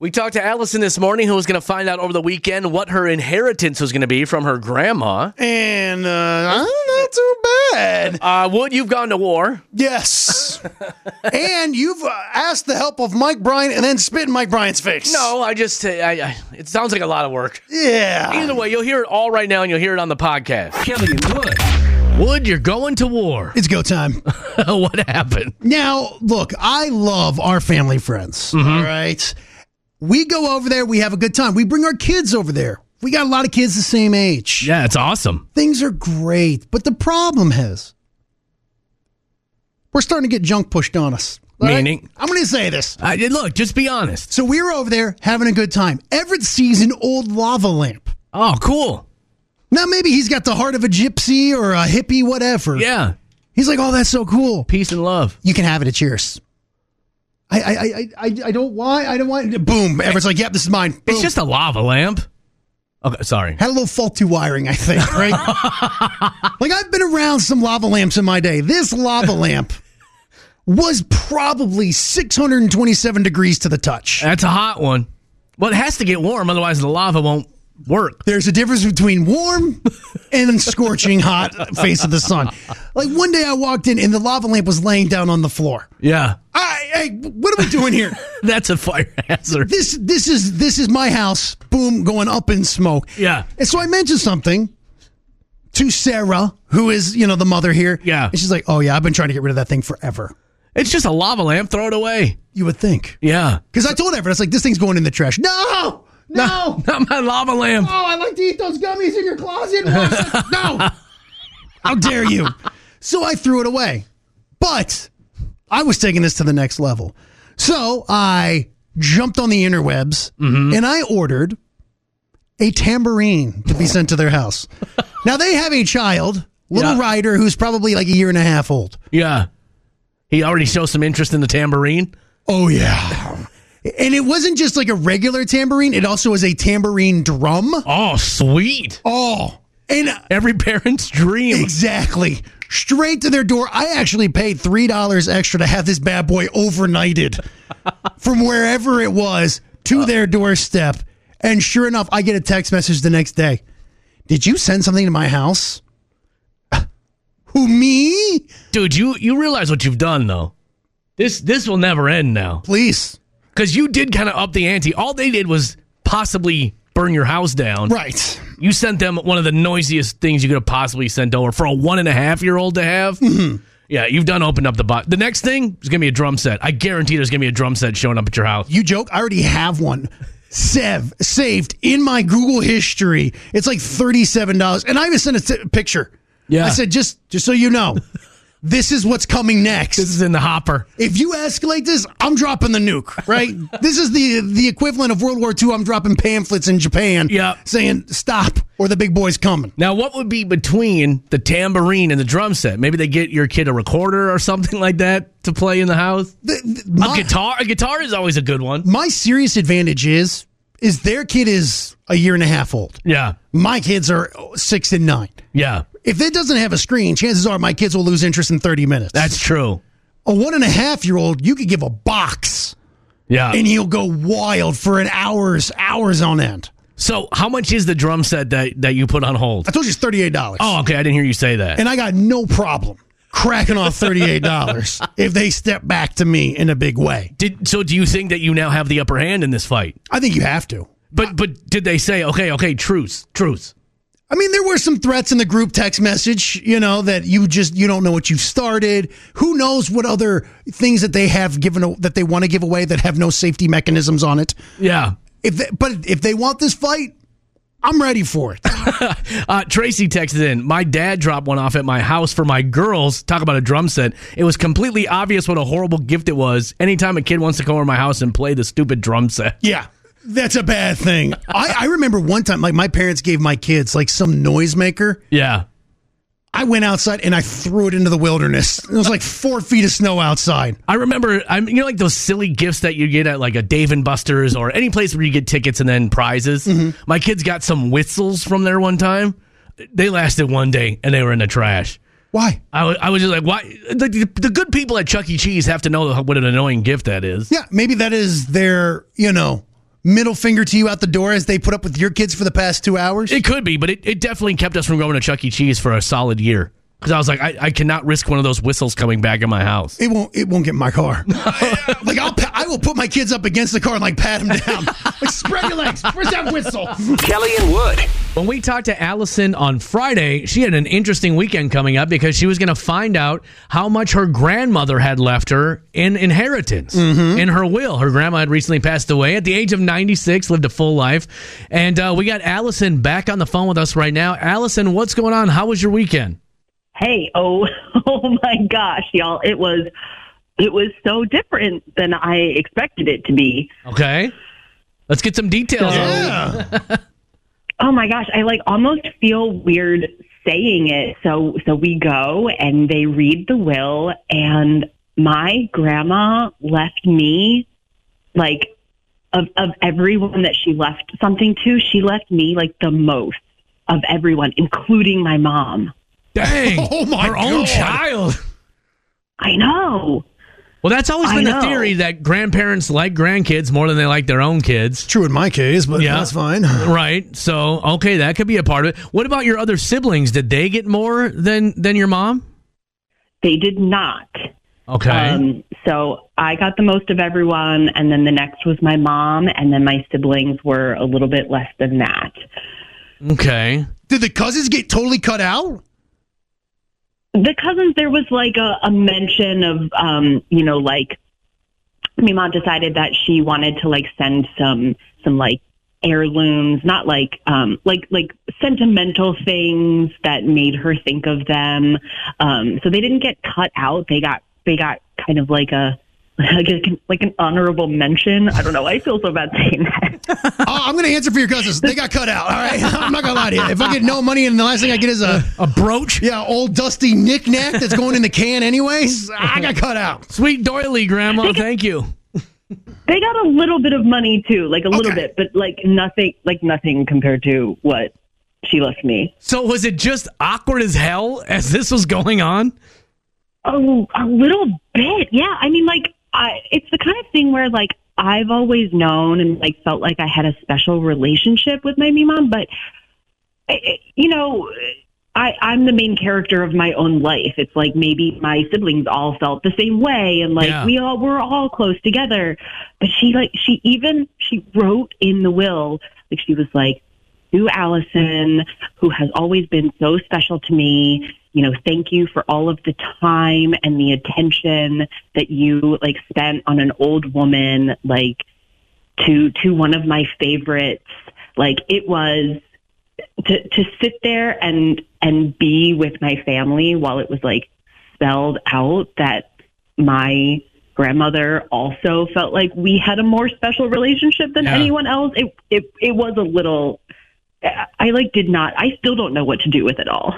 We talked to Allison this morning, who was going to find out over the weekend what her inheritance was going to be from her grandma. And uh, not too bad. Uh, Wood, you've gone to war. Yes. and you've uh, asked the help of Mike Bryan and then spit in Mike Bryan's face. No, I just, uh, I, I, it sounds like a lot of work. Yeah. Either way, you'll hear it all right now, and you'll hear it on the podcast. Kelly and Wood. Wood, you're going to war. It's go time. what happened? Now, look, I love our family friends. Mm-hmm. all right. We go over there, we have a good time. We bring our kids over there. We got a lot of kids the same age. Yeah, it's awesome. Things are great. But the problem is, we're starting to get junk pushed on us. all right? Meaning? I'm going to say this. I, look, just be honest. So we were over there having a good time. Everett sees an old lava lamp. Oh, cool. Now, maybe he's got the heart of a gypsy or a hippie, whatever. Yeah, He's like, oh, that's so cool. peace and love. You can have it at Cheers. I, I, I, I, I don't why I don't want. Boom! Everett's like, yep, this is mine. Boom. It's just a lava lamp. Okay, sorry. had a little faulty wiring, I think. Right? like I've been around some lava lamps in my day. This lava lamp was probably 627 degrees to the touch. That's a hot one. Well, it has to get warm, otherwise the lava won't work. There's a difference between warm and scorching hot face of the sun. Like one day I walked in and the lava lamp was laying down on the floor. Yeah, I, I what are we doing here? that's a fire hazard. this this is this is my house. Boom, going up in smoke. Yeah. And so I mentioned something to Sarah, who is you know the mother here. Yeah. And she's like, "Oh yeah, I've been trying to get rid of that thing forever." It's just a lava lamp. Throw it away. You would think, Yeah. because I told Everett, I was like, "This thing's going in the trash." No, no. Not my lava lamp. Oh, I like to eat those gummies in your closet. Wash it. no, how dare you? So I threw it away, but I was taking this to the next level. So I jumped on the interwebs and I ordered a tambourine to be sent to their house. now they have a child, little Yeah. Ryder, who's probably like a year and a half old. Yeah. He already shows some interest in the tambourine. Oh yeah. And it wasn't just like a regular tambourine; it also was a tambourine drum. Oh, sweet. Oh, and Every parent's dream. Exactly. Straight to their door. I actually paid three dollars extra to have this bad boy overnighted from wherever it was to their doorstep. And sure enough, I get a text message the next day. Did you send something to my house? Who me? Dude, you you realize what you've done though. This this will never end now. Please. Cuz you did kind of up the ante. All they did was possibly burn your house down. Right. You sent them one of the noisiest things you could have possibly sent over for a one and a half year old to have. Yeah, you've done opened up the box. The next thing is gonna be a drum set. I guarantee there's gonna be a drum set showing up at your house. You joke. I already have one. Sev saved in my Google history. It's like thirty-seven dollars, and I even sent a t- picture. Yeah. I said just just so you know, this is what's coming next. This is in the hopper. if you escalate this, I'm dropping the nuke, right? this is the the equivalent of World War II. I'm dropping pamphlets in Japan Yeah. saying stop or the big boy's coming. Now, what would be between the tambourine and the drum set? Maybe they get your kid a recorder or something like that to play in the house. The- the- A my, guitar, a guitar is always a good one. my serious advantage is is their kid is a year and a half old. Yeah, My kids are six and nine. yeah, If it doesn't have a screen, chances are my kids will lose interest in 30 minutes. that's true. a one and a half year old, you could give a box Yeah. and he'll go wild for an hours, hours on end. So, how much is the drum set that that you put on hold? I told you it's $38. Oh, okay. I didn't hear you say that. and I got no problem cracking off $38 if they step back to me in a big way. Did so? Do you think that you now have the upper hand in this fight? I think you have to. But but did they say okay, okay, truce, truce? I mean, there were some threats in the group text message, you know, that you just you don't know what you've started. Who knows what other things that they have given that they want to give away that have no safety mechanisms on it. Yeah. If they, but if they want this fight, I'm ready for it. Uh, Tracy texted in, My dad dropped one off at my house for my girls. Talk about a drum set. It was completely obvious what a horrible gift it was. Anytime a kid wants to come over to my house and play the stupid drum set. Yeah. That's a bad thing. I, I remember one time, like my parents gave my kids like some noisemaker, Yeah. I went outside and I threw it into the wilderness. It was like four feet of snow outside. I remember, I'm, you know, like those silly gifts that you get at like a Dave and Buster's or any place where you get tickets and then prizes. My kids got some whistles from there one time. They lasted one day and they were in the trash. Why? I was, I was just like, why? The, the, the good people at Chuck E. Cheese have to know what an annoying gift that is. Yeah, maybe that is their, you know, middle finger to you out the door as they put up with your kids for the past two hours? It could be, but it, it definitely kept us from going to Chuck E. Cheese for a solid year. Because I was like, I, I cannot risk one of those whistles coming back in my house. It won't. It won't get in my car. like I'll. pa- I will put my kids up against the car and like pat them down. like spread your legs. Where's that whistle? Kelly and Wood. When we talked to Allison on Friday, she had an interesting weekend coming up because she was going to find out how much her grandmother had left her in inheritance, in her will. Her grandma had recently passed away at the age of 96, lived a full life. And uh, we got Allison back on the phone with us right now. Allison, what's going on? How was your weekend? hey oh oh my gosh y'all it was it was so different than i expected it to be Okay. Let's get some details. on it. Yeah. oh my gosh i like almost feel weird saying it so so we go and they read the will and my grandma left me like of of everyone that she left something to she left me like the most of everyone including my mom Dang. Oh my her own God. child. i know Well, that's always I been the know. theory that grandparents like grandkids more than they like their own kids. True in my case, but Yeah. that's fine. Right. So, okay, that could be a part of it. What about your other siblings? Did they get more than than your mom? they did not Okay. Um, so I got the most of everyone, and then the next was my mom, and then my siblings were a little bit less than that. okay. Did the cousins get totally cut out? The cousins, there was like a, a mention of, um, you know, like my mom decided that she wanted to like send some some like heirlooms, not like um, like like sentimental things that made her think of them. Um, so they didn't get cut out. They got they got kind of like a like, a, like an honorable mention. I don't know. I feel so bad saying that. Oh, I'm gonna answer for your cousins. They got cut out. All right. I'm not gonna lie to you. If I get no money and the last thing I get is a A brooch? yeah old dusty knickknack that's going in the can anyways, I got cut out. Sweet doily, grandma. Thank you. They got a little bit of money too, like a little Okay. bit, but like nothing, like nothing compared to what she left me. So, was it just awkward as hell as this was going on? Oh, a little bit, yeah. I mean, like, I, it's the kind of thing where like I've always known and like felt like I had a special relationship with my me mom, but I- I- you know. I, I'm the main character of my own life. It's like maybe my siblings all felt the same way, and like Yeah. we all we're all close together. But she like she even she wrote in the will like she was like to Allison, who has always been so special to me. You know, thank you for all of the time and the attention that you like spent on an old woman. Like to to one of my favorites. Like it was to to sit there and and be with my family while it was like spelled out that my grandmother also felt like we had a more special relationship than Yeah. anyone else. It it it was a little. I I, like did not. I still don't know what to do with it all.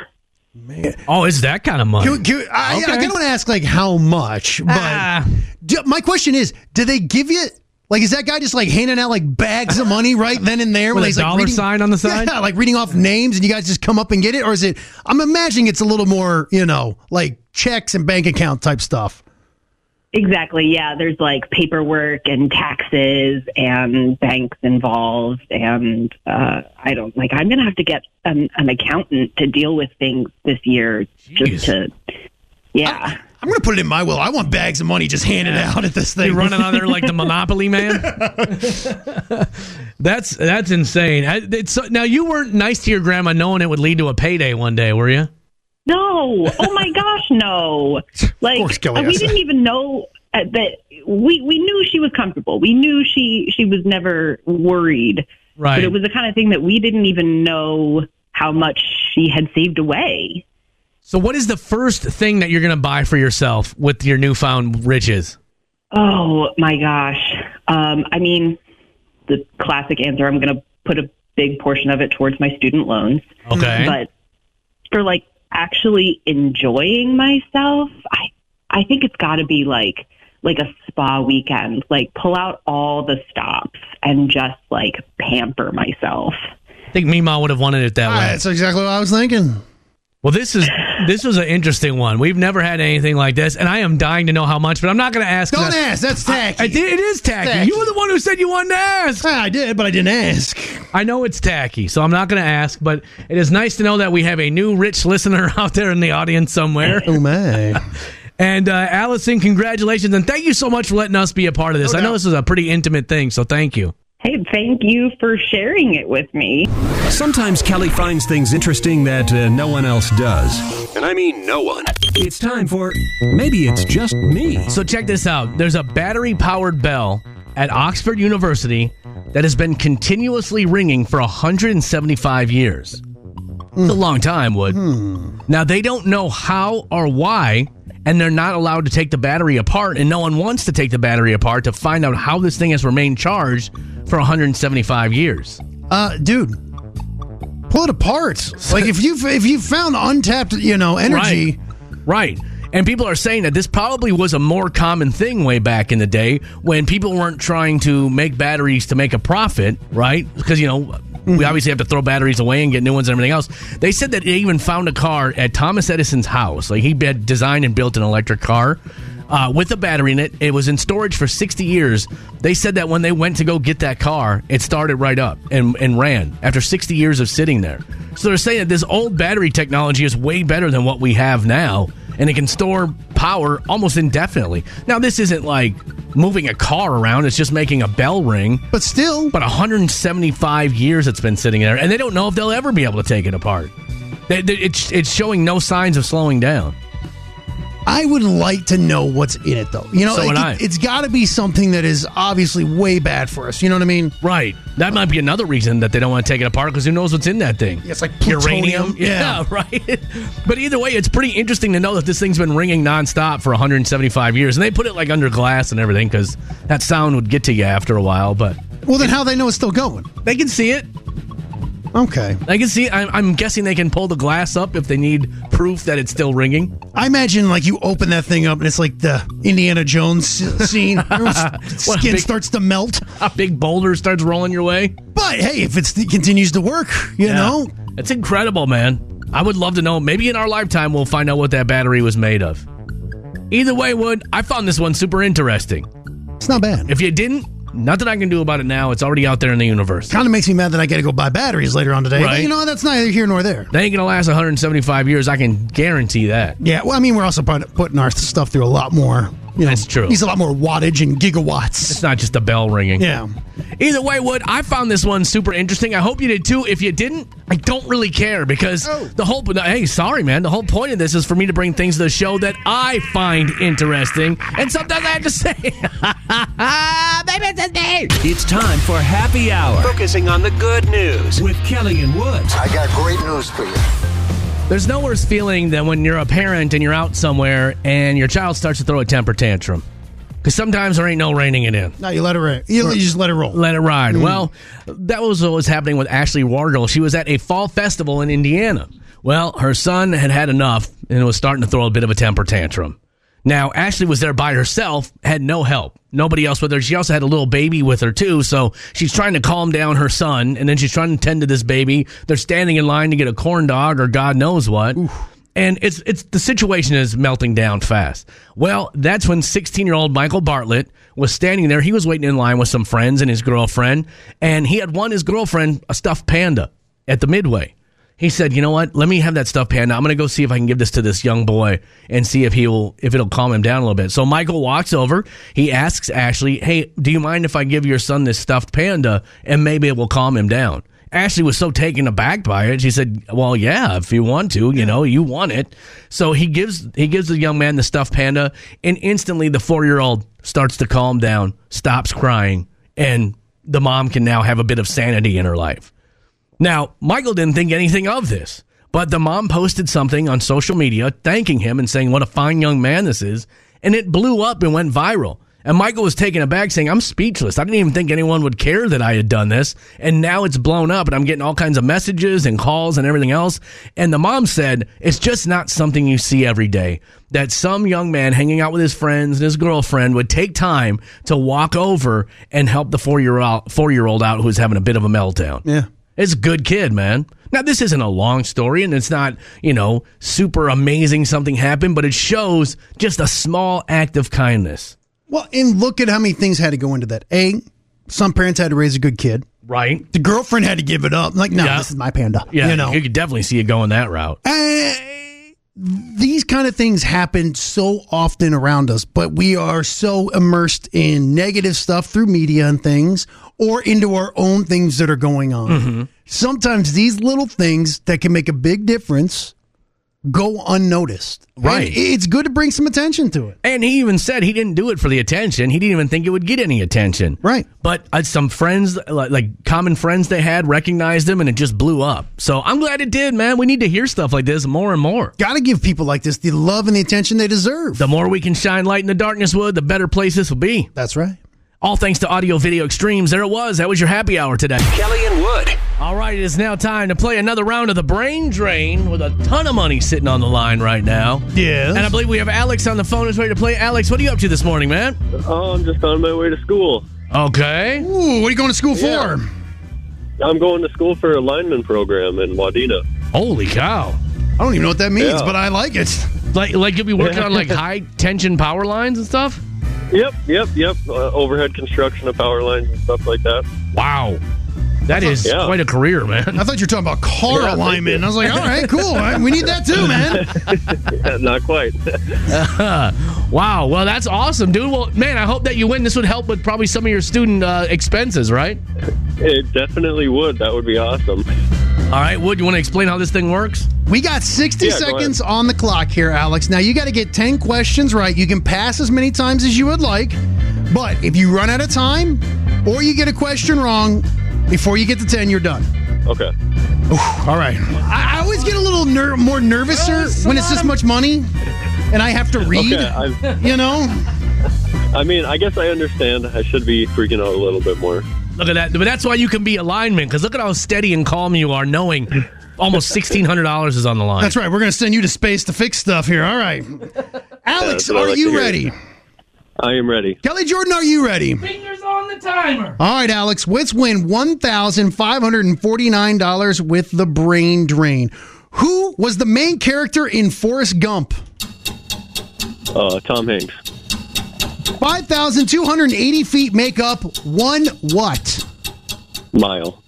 Oh, it's that kind of money. Can, can, I, Okay. I kind of want to ask like how much, but. Ah. Do- my question is, do they give you like is that guy just like handing out like bags of money right then and there With a he's dollar sign on the side? Yeah, like reading off names and you guys just come up and get it, or is it? I'm imagining it's a little more, you know, like checks and bank account type stuff. Exactly. Yeah, there's like paperwork and taxes and banks involved, and uh, I don't like. I'm gonna have to get an, an accountant to deal with things this year, Jeez. just to. Yeah, I'm gonna put it in my will. I want bags of money just handed out at this thing. Ah. You're running on there like the Monopoly man. that's that's insane. I, it's, now you weren't nice to your grandma, knowing it would lead to a payday one day, were you? no. Oh my gosh, no. Like uh, course, Kelly, we that's- didn't even know uh, that we we knew she was comfortable. We knew she she was never worried, Right. but it was the kind of thing that we didn't even know how much she had saved away. so, what is the first thing that you're going to buy for yourself with your newfound riches? Oh my gosh. Um, I mean, the classic answer I'm going to put a big portion of it towards my student loans. Okay. But for like actually enjoying myself, I I think it's got to be like like a spa weekend. Like pull out all the stops and just like pamper myself. I think Mima would have wanted it that way. that's exactly what I was thinking. Well, this is This was an interesting one. We've never had anything like this, and I am dying to know how much, but I'm not going to ask. Don't that. ask. That's tacky. I did- it is tacky. Tacky. You were the one who said you wanted to ask. Ah, I did, but I didn't ask. I know it's tacky, so I'm not going to ask, but it is nice to know that we have a new rich listener out there in the audience somewhere. Oh my! And uh, Allison, congratulations, and thank you so much for letting us be a part of this. I know this was a pretty intimate thing, so thank you. Hey, thank you for sharing it with me. Sometimes Kelly finds things interesting that uh, no one else does. And I mean no one. It's time for Maybe It's Just Me. So check this out. There's a battery-powered bell at Oxford University that has been continuously ringing for 175 years. It's a long time, Wood. Now they don't know how or why, and they're not allowed to take the battery apart, and no one wants to take the battery apart to find out how this thing has remained charged for 175 years. Uh, dude, pull it apart. Like if you if you found untapped, you know, energy. Right. And people are saying that this probably was a more common thing way back in the day when people weren't trying to make batteries to make a profit, right? Because, you know, we obviously have to throw batteries away and get new ones and everything else. They said that they even found a car at Thomas Edison's house. Like, he had designed and built an electric car. Uh, with a battery in it, it was in storage for 60 years. They said that when they went to go get that car, it started right up and, and ran after 60 years of sitting there. So they're saying that this old battery technology is way better than what we have now and it can store power almost indefinitely. Now, this isn't like moving a car around, it's just making a bell ring. But still, But 175 years it's been sitting there, and they don't know if they'll ever be able to take it apart. They- they- It's, it's showing no signs of slowing down. I would like to know what's in it, though. You know, So like, would it, I. has got to be something that is obviously way bad for us. You know what I mean? Right. That might be another reason that they don't want to take it apart because who knows what's in that thing? Yeah, it's like plutonium. Yeah, Yeah. right. but either way, it's pretty interesting to know that this thing's been ringing nonstop for 175 years. And they put it like under glass and everything because that sound would get to you after a while. But Well, then how they know it's still going? they can see it. Okay, They can see. I'm, I'm guessing they can pull the glass up if they need proof that it's still ringing. I imagine like you open that thing up and it's like the Indiana Jones scene. Everyone's What a skin big- starts to melt. A big boulder starts rolling your way. But hey, if it's, it continues to work, you know, It's incredible, man. I would love to know. Maybe in our lifetime, we'll find out what that battery was made of. Either way, Wood, I found this one super interesting. it's not bad. If you didn't, nothing I can do about it now. It's already out there in the universe. kind of makes me mad that I got to go buy batteries later on today. But Right. you know, that's neither here nor there. They ain't gonna last 175 years. I can guarantee that. Yeah, well, I mean, we're also put- putting our stuff through a lot more. You know, That's true. Needs a lot more wattage and It's gigawatts. not just a bell ringing. Yeah. Either way, Wood, I found this one super interesting. I hope you did too. If you didn't, I don't really care because Oh. the whole no, hey, sorry man, the whole point of this is for me to bring things to the show that I find interesting, and sometimes I have to say, baby, it's a day. It's time for Happy Hour. Focusing on the good news with Kelly and Woods. I got great news for you. There's no worse feeling than when you're a parent and you're out somewhere and your child starts to throw a temper tantrum. Because sometimes there ain't no reining it in. No, you let it roll. You, you just let it roll. Let it ride. Well, that was what was happening with Ashley Wargle. She was at a fall festival in Indiana. Well, her son had had enough and was starting to throw a bit of a temper tantrum. Now, Ashley was there by herself, had no help, nobody else with her. She also had a little baby with her, too. So she's trying to calm down her son, and then she's trying to tend to this baby. They're standing in line to get a corn dog or God knows what. And it's, it's the situation is melting down fast. Well, that's when 16 year old Michael Bartlett was standing there. He was waiting in line with some friends and his girlfriend, and he had won his girlfriend a stuffed panda at the Midway. He said, "You know what? Let me have that stuffed panda. I'm going to go see if I can give this to this young boy and see if he will if it'll calm him down a little bit." So Michael walks over. He asks Ashley, "Hey, do you mind if I give your son this stuffed panda and maybe it will calm him down?" Ashley was so taken aback by it. She said, "Well, yeah, if you want to, you know, you want it." So he gives he gives the young man the stuffed panda, and instantly the four year old starts to calm down, stops crying, and the mom can now have a bit of sanity in her life. Now, Michael didn't think anything of this, but the mom posted something on social media thanking him and saying what a fine young man this is, and it blew up and went viral. And Michael was taken aback saying, I'm speechless. I didn't even think anyone would care that I had done this. And now it's blown up and I'm getting all kinds of messages and calls and everything else. And the mom said, It's just not something you see every day that some young man hanging out with his friends and his girlfriend would take time to walk over and help the four year old out who's having a bit of a meltdown. Yeah. It's a good kid, man. Now, this isn't a long story and it's not, you know, super amazing something happened, but it shows just a small act of kindness. Well, and look at how many things had to go into that. A, some parents had to raise a good kid. Right? The girlfriend had to give it up. Like, no, Yeah. this is my panda. Yeah. you know. You could definitely see it going that route. Uh, these kind of things happen so often around us, but we are so immersed in negative stuff through media and things or into our own things that are going on. Sometimes these little things that can make a big difference go unnoticed. Right. And it's good to bring some attention to it. And he even said he didn't do it for the attention. He didn't even think it would get any attention. Right. But uh, some friends, like, like common friends they had, recognized him and it just blew up. So I'm glad it did, man. We need to hear stuff like this more and more. Got to give people like this the love and the attention they deserve. The more we can shine light in the darkness, wood, the better place this will be. That's right. All thanks to Audio Video Extremes. There it was. That was your happy hour today. Kelly and Wood. All right, it is now time to play another round of the brain drain with a ton of money sitting on the line right now. Yes. And I believe we have Alex on the phone who's ready to play. Alex, what are you up to this morning, man? Oh, I'm just on my way to school. Okay. Ooh, what are you going to school Yeah. for? I'm going to school for a lineman program in Wadena. Holy cow. I don't even know what that means, Yeah. but I like it. Like, like you'll be working on like high tension power lines and stuff? Yep, yep, yep. Uh, overhead construction of power lines and stuff like that. Wow. That is Yeah. quite a career, man. I thought you were talking about car Yeah, thank alignment. you. And I was like, all right, cool. All right, we need that too, man. Uh, Not quite. Uh, Wow. Well, that's awesome, dude. Well, man, I hope that you win. This would help with probably some of your student uh, expenses, right? it definitely would. That would be awesome. All right, Wood, you want to explain how this thing works? We got 60 Yeah, go seconds on the clock here, Alex. Now, you got to get 10 questions right. You can pass as many times as you would like. But if you run out of time or you get a question wrong before you get to 10, you're done. Okay. All right. I, I always get a little ner- more nervouser when it's this much money and I have to read, Okay. I, you know? I mean, I guess I understand. I should be freaking out a little bit more. Look at that. But that's why you can be a lineman, because look at how steady and calm you are, knowing almost $1,600 is on the line. That's right. We're going to send you to space to fix stuff here. All right. Alex, that's what I are like to you hear. ready? I am ready. Kelly Jordan, are you ready? Fingers on the timer. All right, Alex, let's win $1,549 with the brain drain. Who was the main character in Forrest Gump? Uh, Tom Hanks. 5,280 feet make up one what? Mile.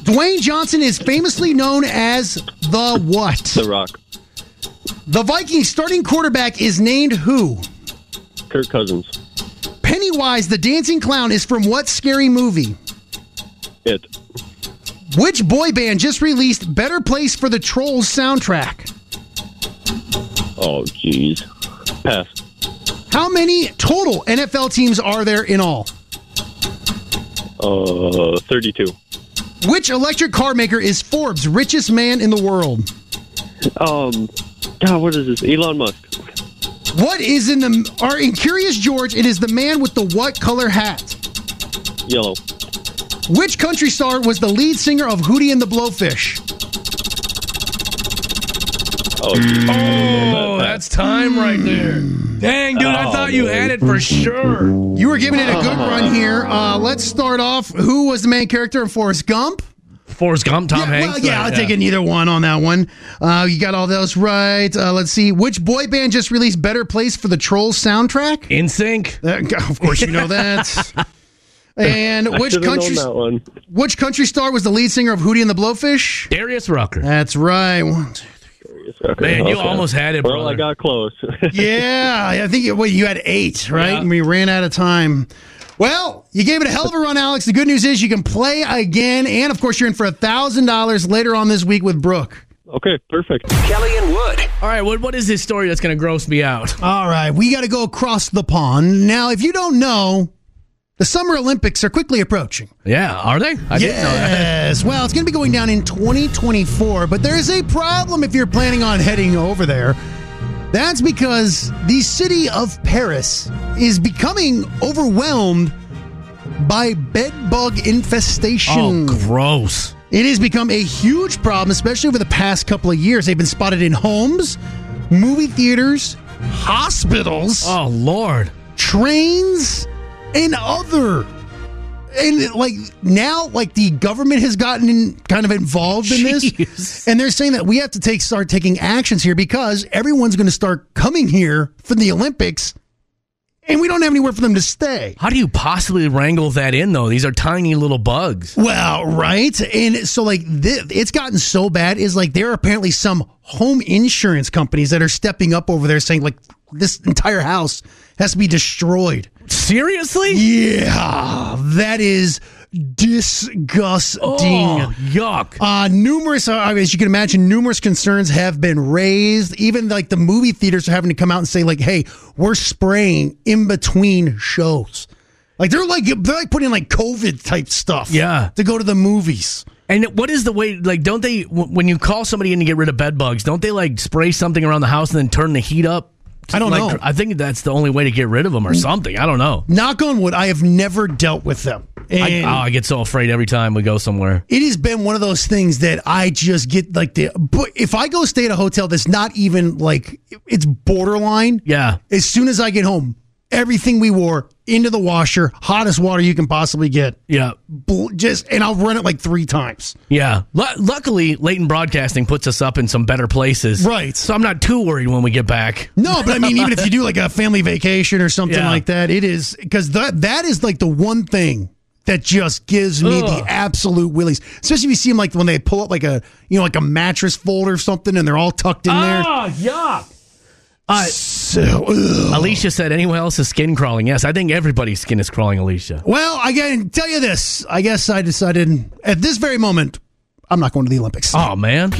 Dwayne Johnson is famously known as the what? The Rock. The Vikings starting quarterback is named who? Kirk Cousins. Pennywise the dancing clown is from what scary movie? It. Which boy band just released Better Place for the Trolls soundtrack? Oh, jeez. Pass. How many total NFL teams are there in all? Uh, 32. Which electric car maker is Forbes' richest man in the world? Um, God, what is this? Elon Musk. What is in the are in Curious George? It is the man with the what color hat? Yellow. Which country star was the lead singer of Hootie and the Blowfish? Oh, jeez. Oh, that's time right there. Dang, dude, I thought you had it for sure. You were giving it a good run here. Uh, let's start off. Who was the main character in Forrest Gump? Forrest Gump, Tom yeah, Hanks. Well, yeah, right, I'll take it either one on that one. Uh, you got all those right. Uh, let's see. Which boy band just released Better Place for the Trolls soundtrack? In sync. That- of course, you know that. and which Should've known country? that one. Which country star was the lead singer of Hootie and the Blowfish? Darius Rucker. That's right. One, two- Okay, Man, you okay. almost had it, Well, brother. I got close. Yeah, I think it, wait, you had eight, right? Yeah. And we ran out of time. Well, you gave it a hell of a run, Alex. The good news is you can play again, and of course, you're in for a thousand dollars later on this week with Brooke. okay, perfect. Kelly and Wood. All right, what, what is this story that's going to gross me out? All right, we got to go across the pond now. If you don't know, the Summer Olympics are quickly approaching. Yeah, are they? I didn't know that. Yes. Well, it's going to be going down in 2024, but there's a problem if you're planning on heading over there. That's because the city of Paris is becoming overwhelmed by bed bug Oh, infestation. gross. It has become a huge problem, especially over the past couple of years. They've been spotted in homes, movie theaters, hospitals Oh, Lord. trains, and other and like now, like the government has gotten in, kind of involved in Jeez. this, and they're saying that we have to take start taking actions here because everyone's going to start coming here for the Olympics, and we don't have anywhere for them to stay. How do you possibly wrangle that in though? These are tiny little bugs. Well, right, and so like thi- it's gotten so bad is like there are apparently some home insurance companies that are stepping up over there saying like this entire house has to be destroyed. Seriously? Yeah, that is disgusting. Oh, yuck. Uh, numerous, uh, as you can imagine, numerous concerns have been raised. Even like the movie theaters are having to come out and say, like, "Hey, we're spraying in between shows." Like they're like they're like putting like COVID type stuff. Yeah. to go to the movies. And what is the way? Like, don't they w- when you call somebody in to get rid of bed bugs? Don't they like spray something around the house and then turn the heat up? I don't Like, know. I think that's the only way to get rid of them or something. I don't know. Knock on wood, I have never dealt with them. I, And oh, I get so afraid every time we go somewhere. it has been one of those things that I just get like the. But if I go stay at a hotel that's not even like it's borderline, Yeah. as soon as I get home, everything we wore into the washer, hottest water you can possibly get. Yeah. Bl- Just and I'll run it like three times. Yeah. Lu luckily, Leighton Broadcasting puts us up in some better places. Right. So I'm not too worried when we get back. No, but I mean, even if you do like a family vacation or something Yeah. like that, it is because that that is like the one thing that just gives me Ugh. the absolute willies. Especially if you see them like when they pull up like a you know like a mattress folder or something, and they're all tucked in Ah. there. Ah, yuck. Uh, So. ugh. Alicia said, anyone else's skin crawling? Yes, I think everybody's skin is crawling, Alicia. Well, I can tell you this. I guess I decided at this very moment, I'm not going to the Olympics. Oh, man.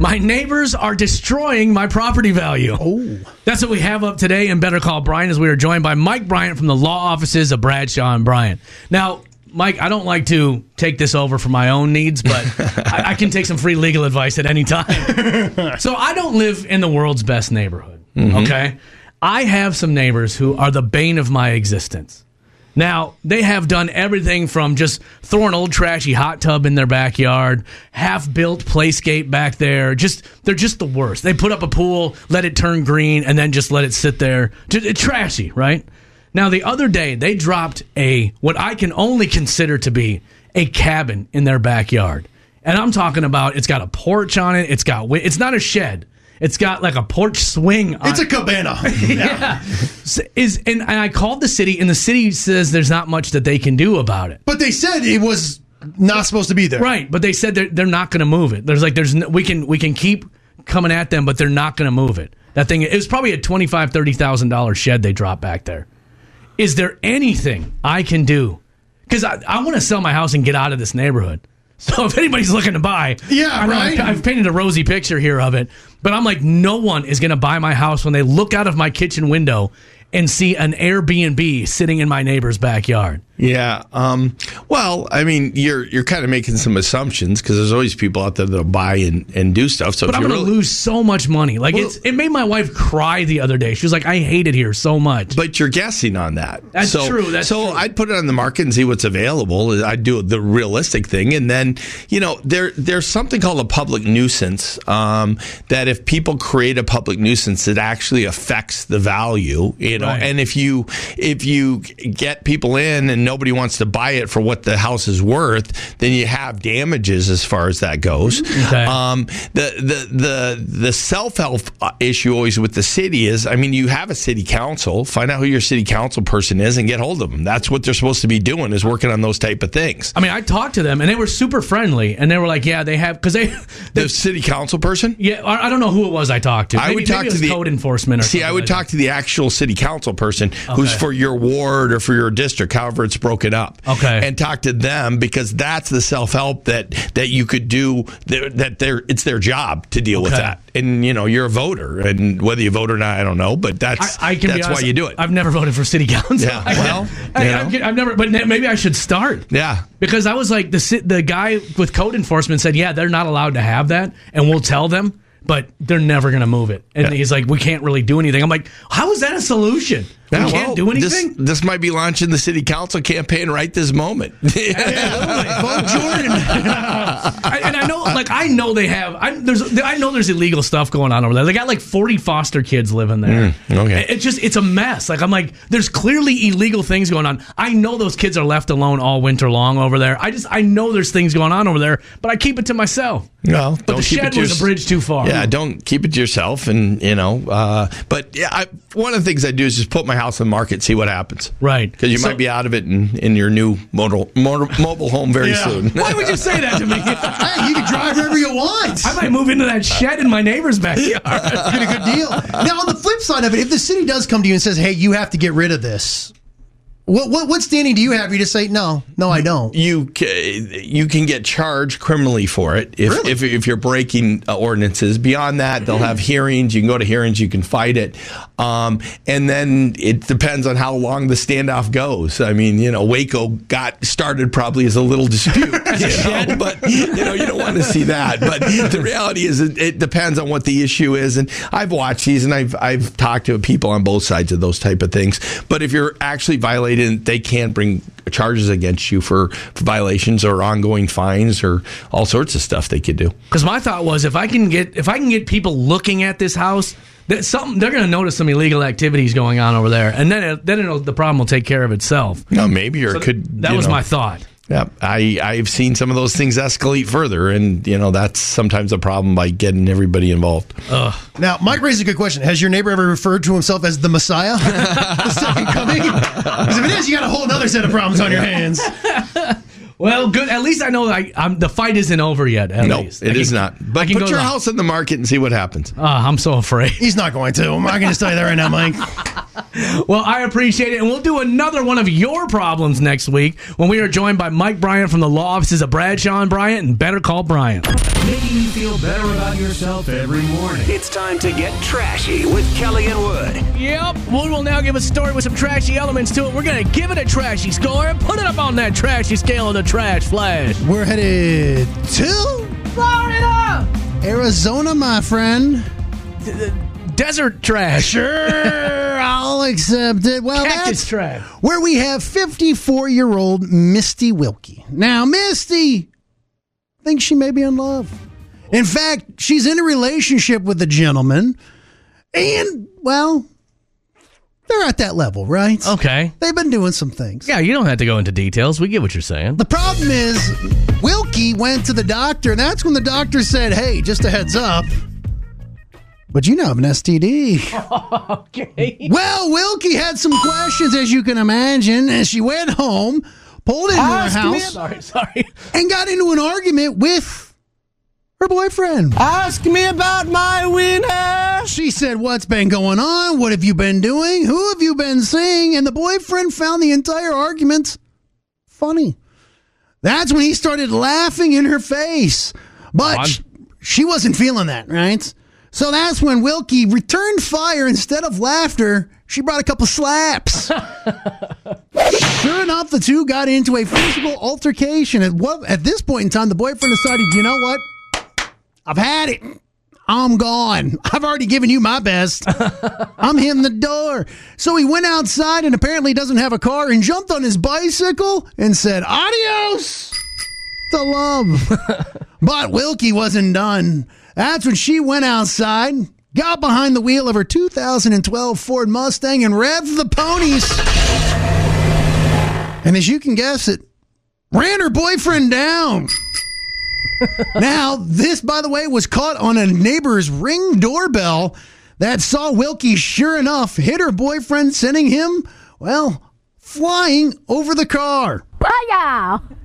My neighbors are destroying my property value. Oh. That's what we have up today in Better Call Brian as we are joined by Mike Bryant from the law offices of Bradshaw and Bryant. Now, Mike, I don't like to take this over for my own needs, but I, I can take some free legal advice at any time. so I don't live in the world's best neighborhood, okay? I have some neighbors who are the bane of my existence. Now, they have done everything from just throw an old trashy hot tub in their backyard, half built playscape back there. Just they're just the worst. They put up a pool, let it turn green, and then just let it sit there. Just, it's trashy, right? Now the other day they dropped a what I can only consider to be a cabin in their backyard. And I'm talking about it's got a porch on it, it's got wi- it's not a shed. It's got like a porch swing on It's a cabana. yeah. S- is and, and I called the city, and the city says there's not much that they can do about it. But they said it was not supposed to be there. Right, but they said they're, they're not going to move it. There's like there's no, we can we can keep coming at them, but they're not going to move it. That thing it was probably a twenty five thirty thousand dollar shed they dropped back there. Is there anything I can do? Because I, I want to sell my house and get out of this neighborhood. So if anybody's looking to buy, Yeah, I know I've, right? I've painted a rosy picture here of it, but I'm like, no one is going to buy my house when they look out of my kitchen window and see an Airbnb sitting in my neighbor's backyard. Yeah. Um, well, I mean, you're you're kind of making some assumptions because there's always people out there that'll buy and, and do stuff. So But if I'm you gonna really, lose so much money. Like it's it made my wife cry the other day. She was like, I hate it here so much. but you're guessing on that. That's so, true, that's so true. I'd put it on the market and see what's available. I'd do the realistic thing, and then you know there there's something called a public nuisance um, that if people create a public nuisance, it actually affects the value. You know, Right. and if you if you get people in and nobody wants to buy it for what the house is worth, then you have damages as far as that goes. Okay. Um, the the the the self help issue always with the city is, I mean, you have a city council. Find out who your city council person is and get hold of them. That's what they're supposed to be doing is working on those type of things. I mean, I talked to them and they were super friendly and they were like, Yeah, they have because they, they The city council person. yeah, I I don't know who it was I talked to. I Maybe- would talk maybe it to was the code enforcement or See, I something would like talk to the actual city council person who's Okay. for your ward or for your district, however it's broken up. Okay. and talk to them because that's the self help that that you could do. That that they're it's their job to deal with Okay. that. And you know, you're a voter, and whether you vote or not, I don't know, but that's I, I can be that's honest, why you do it. I've never voted for city council. Yeah, I- well, I, you have know. never, but ne- maybe I should start. Yeah. because I was like the ci- the guy with code enforcement said, yeah, they're not allowed to have that, and we'll tell them, but they're never gonna move it. And Yeah. he's like, we can't really do anything. I'm like, how is that a solution? Yeah, we can't do this- anything. This, might be launching the city council campaign right this moment. Vote Jordan. I, and I know, like, I know they have. I, there's, I know there's illegal stuff going on over there. They got like 40 foster kids living there. Mm, okay. It- It's just, it's a mess. Like, I'm like, there's clearly illegal things going on. I know those kids are left alone all winter long over there. I just, I know there's things going on over there, but I keep it to myself. No, But the shed was a bridge too far. Yeah, don't keep it to yourself, and you know. Uh, but yeah, I, one of the things I do is just put my house on the market, see what happens. Right. because you So- might be out of it in, in your new motor, motor, mobile home very soon. Why would you say that to me? I hey, you can drive wherever you want. might move into that shed in my neighbor's backyard. Get a good deal. Now, on the flip side of it, if the city does come to you and says, "Hey, you have to get rid of this," what what, what standing do you have? You just say, "No, no, I don't." you can, you can get charged criminally for it if if, if you're breaking uh, ordinances. Beyond that, Mm-hmm. they'll have hearings. You can go to hearings. You can fight it, um, and then it depends on how long the standoff goes. I mean, you know, Waco got started probably as a little dispute, you know, but you know you don't want to see that. But the reality is, it, it depends on what the issue is. And I've watched these, and I've I've talked to people on both sides of those type of things. But if you're actually violating, they can bring charges against you for, for violations or ongoing fines or all sorts of stuff they could do. Because my thought was, if I can get if I can get people looking at this house, that something they're going to notice some illegal activities going on over there, and then it, then it'll, the problem will take care of itself. No, maybe or it could. That you was know, my thought. Yeah, I I've seen some of those things escalate further, and you know that's sometimes a problem by getting everybody involved. Now, Mike raised a good question. Has your neighbor ever referred to himself as the Messiah, the second coming? Because if it is, you got a whole other set of problems on your hands. Well, good. At least I know I, I'm, the fight isn't over yet. At no, it is least. I can- not. I But can put go your to- house in the market and see what happens. Uh, I'm so afraid. He's not going to. I'm not going to tell you that right now, Mike. Well, I appreciate it. And we'll do another one of your problems next week when we are joined by Mike Bryant from the law offices of Bradshaw and Bryant and Better Call Bryant. Making you feel better about yourself every morning. It's time to get trashy with Kelly and Wood. Yep. We will now give a story with some trashy elements to it. We're going to give it a trashy score and put it up on that trashy scale of the trash flash. We're headed to Florida! Arizona, my friend. Desert trash. Sure, I'll accept it. Well, Cactus that's trash. where we have 54 year old Misty Wilkie. Now, Misty thinks she may be in love. In fact, she's in a relationship with a gentleman, and, well, they're at that level, right? Okay. They've been doing some things. Yeah, you don't have to go into details. We get what you're saying. The problem is, Wilkie went to the doctor, and that's when the doctor said, Hey, just a heads up. But you now have an STD. Okay. Well, Wilkie had some questions, as you can imagine, and she went home, pulled into her house, Sorry, sorry. and got into an argument with her boyfriend. Ask me about my winner. She said, What's been going on? What have you been doing? Who have you been seeing? And the boyfriend found the entire argument funny. That's when he started laughing in her face. But I'm- sh- she wasn't feeling that, right? So that's when Wilkie returned fire instead of laughter. She brought a couple slaps. sure enough, the two got into a physical altercation. At what at this point in time, the boyfriend decided, you know what? I've had it. I'm gone. I've already given you my best. I'm hitting the door. So he went outside and apparently doesn't have a car and jumped on his bicycle and said, Adios to love. but Wilkie wasn't done. That's when she went outside, got behind the wheel of her 2012 Ford Mustang and revved the ponies. And as you can guess it, ran her boyfriend down. Now, this, by the way, was caught on a neighbor's ring doorbell that saw Wilkie, sure enough, hit her boyfriend, sending him, well, flying over the car.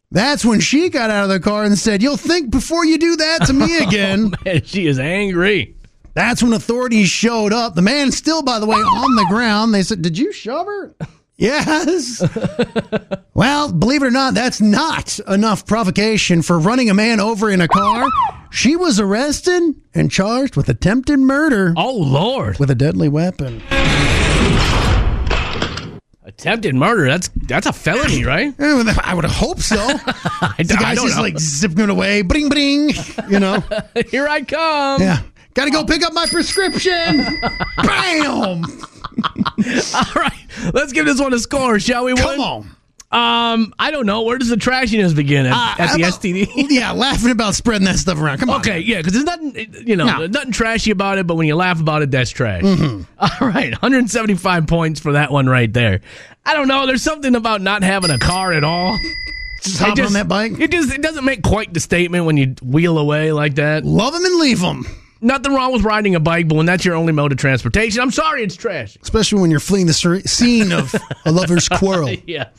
That's when she got out of the car and said, You'll think before you do that to me again. She is angry. That's when authorities showed up. The man still, by the way, on the ground. They said, Did you shove her? Yes. well, believe it or not, that's not enough provocation for running a man over in a car. She was arrested and charged with attempted murder Oh, Lord. with a deadly weapon. Attempted murder. That's that's a felony, right? Eh, I would hope so. I, The I guy's don't just know. like zipping away, bling, bling, you know? Here I come. Yeah. Gotta go pick up my prescription. Bam! All right, let's give this one a score, shall we? Come Warren? on. Uh, Um, I don't know. Where does the trashiness begin at, at How the about- STD? yeah, laughing about spreading that stuff around. Come on. okay, yeah, because there's nothing, you know, No. Mm-hmm. nothing trashy about it. But when you laugh about it, that's trash. All right, 175 points for that one right there. I don't know. There's something about not having a car at all. Just hopping on that bike. It just it doesn't make quite the statement when you wheel away like that. Love them and leave them, Nothing wrong with riding a bike, but when that's your only mode of transportation, I'm sorry, it's trash. especially when you're fleeing the ser- scene of a lover's quarrel. Yeah.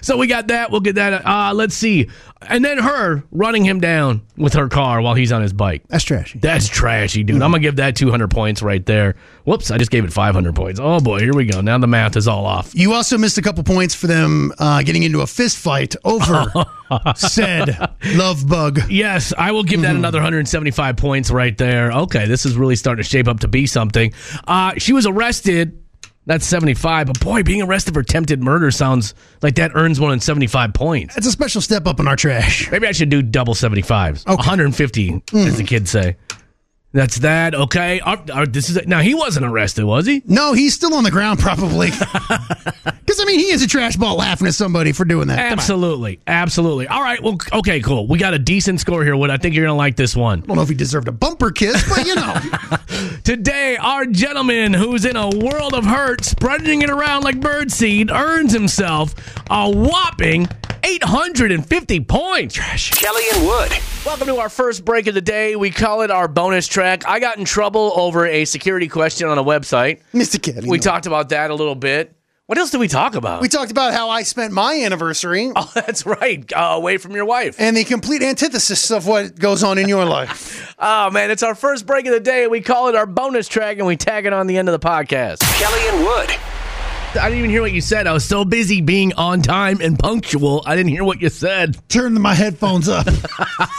So we got that. We'll get that. Uh, let's see. And then her running him down with her car while he's on his bike. That's trashy. That's trashy, dude. I'm going to give that 200 points right there. Whoops, I just gave it 500 points. Oh, boy, here we go. Now the math is all off. You also missed a couple points for them uh, getting into a fist fight over said love bug. Yes, I will give that another 175 points right there. Okay, this is really starting to shape up to be something. Uh, she was arrested. That's 75, but boy, being arrested for attempted murder sounds like that earns one in 75 points. That's a special step up in our trash. Maybe I should do double 75s. 150, as the kids say. That's that. Okay. Uh, uh, this is Now, he wasn't arrested, was he? No, he's still on the ground probably. Because I mean, he is a trash ball laughing at somebody for doing Eh. that. Come on. Absolutely. Absolutely. All right. Well, okay, cool. We got a decent score here, Wood. I think you're going to like this one. I don't know if he deserved a bumper kiss, but you know, Today, our gentleman who's in a world of hurt, spreading it around like birdseed, earns himself a whopping 850 points. Trash. Kelly and Wood. Welcome to our first break of the day. We call it our bonus track. I got in trouble over a security question on a website. Mr. Kelly. We no. talked about that a little bit. What else did we talk about? We talked about how I spent my anniversary oh, that's right. Uh, away from your wife. and the complete antithesis of what goes on in your life. Oh, man. It's our first break of the day. We call it our bonus track and we tag it on the end of the podcast. Kelly and Wood. I didn't even hear what you said. I was so busy being on time and punctual. I didn't hear what you said. Turn my headphones up.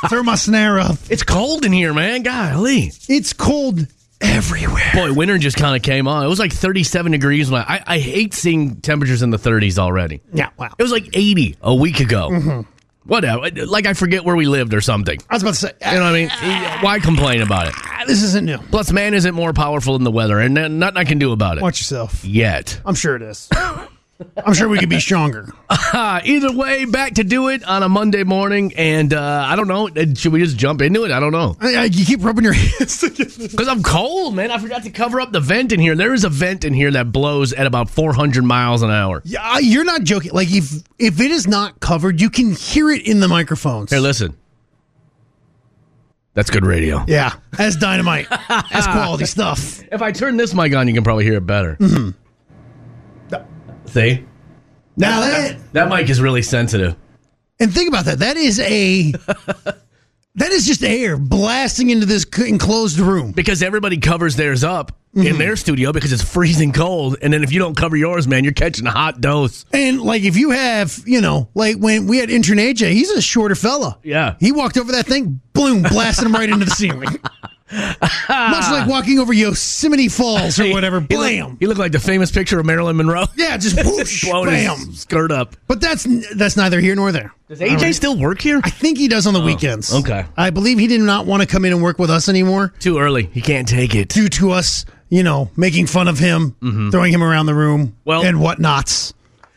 Turn my snare up. It's cold in here, man. Golly. It's cold everywhere. Boy, winter just kind of came on. It was like 37 degrees. When I, I, I hate seeing temperatures in the 30s already. Yeah, wow. Mm-hmm. It was like 80 a week ago. Whatever. Like I forget where we lived or something. I was about to say, You know what I mean? Why complain about it? ah, this isn't new. Plus, man isn't more powerful than the weather, and n- nothing I can do about it Watch yourself. yet. I'm sure it is. I'm sure we could be stronger. Uh, either way, back to do it on a Monday morning, and uh, I don't know. uh, Should we just jump into it? I don't know I- I- you keep rubbing your hands together. because I'm cold, man. I forgot to cover up the vent in here. There is a vent in here that blows at about 400 miles an hour. Yeah, I- you're not joking. Like if if it is not covered, you can hear it in the microphones. Here, listen. That's good radio. yeah, that's dynamite. that's quality stuff. If I turn this mic on, you can probably hear it better. See, Now that that mic is really sensitive. and think about that. That is a that is just air blasting into this c- enclosed room. because everybody covers theirs up in their studio because it's freezing cold. And then if you don't cover yours, man, you're catching a hot dose. And like if you have, you know, like when we had intern AJ, he's a shorter fella. Yeah. He walked over that thing, boom, blasted him right into the ceiling. Much like walking over Yosemite Falls or whatever. You look- Blam. You look like the famous picture of Marilyn Monroe. Yeah, just whoosh, Blowing his bam. skirt up. But that's that's neither here nor there. Does AJ still work here? I think he does on the weekends. Oh, okay. I believe he did not want to come in and work with us anymore Too early. He can't take it. due to us, you know, making fun of him, throwing him around the room, Mm-hmm. Well- and whatnots.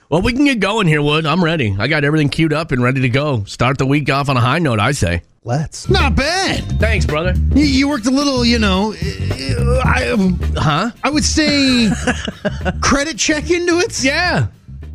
Well, we can get going here, Wood. I'm ready. I got everything queued up and ready to go. Start the week off on a high note, I say. Let's. Not bad. Thanks, brother. You, you worked a little, you know, uh, I, Huh? I would say credit check into it. Yeah.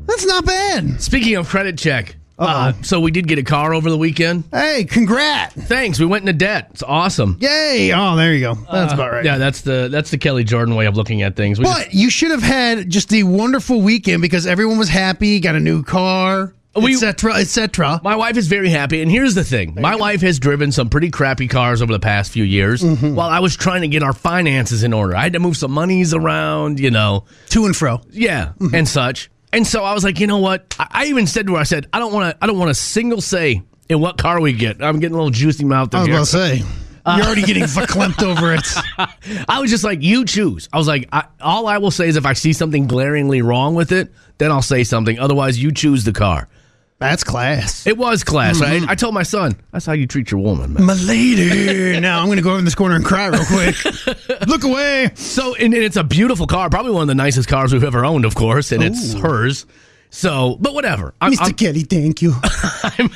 That's not bad. Speaking of credit check. Uh, so we did get a car over the weekend. Hey, congrat. Thanks. We went into debt. It's awesome. Yay. Oh, there you go. That's about right. Uh, Yeah, that's the that's the Kelly Jordan way of looking at things. We just- But you should have had just a wonderful weekend because everyone was happy, got a new car, We- etc., etc. My wife is very happy, and here's the thing: my wife has driven some pretty crappy cars over the past few years. While I was trying to get our finances in order, I had to move some monies around, you know, To and fro. yeah, and such. And so I was like, you know what? I, I even said to her, I said, I don't want to, I don't want a single say in what car we get. I'm getting a little juicy mouthed I was here. about to say. Uh, You're already getting verklempt over it. I was just like, you choose. I was like, I, all I will say is if I see something glaringly wrong with it, then I'll say something. Otherwise, you choose the car. That's class. It was class. Right? I told my son, that's how you treat your woman, man. My lady. now I'm going to go over in this corner and cry real quick. Look away. So, and, and it's a beautiful car. Probably one of the nicest cars we've ever owned, of course, and it's hers. So, but whatever. I'm, Mr. Kelly, thank you. I'm,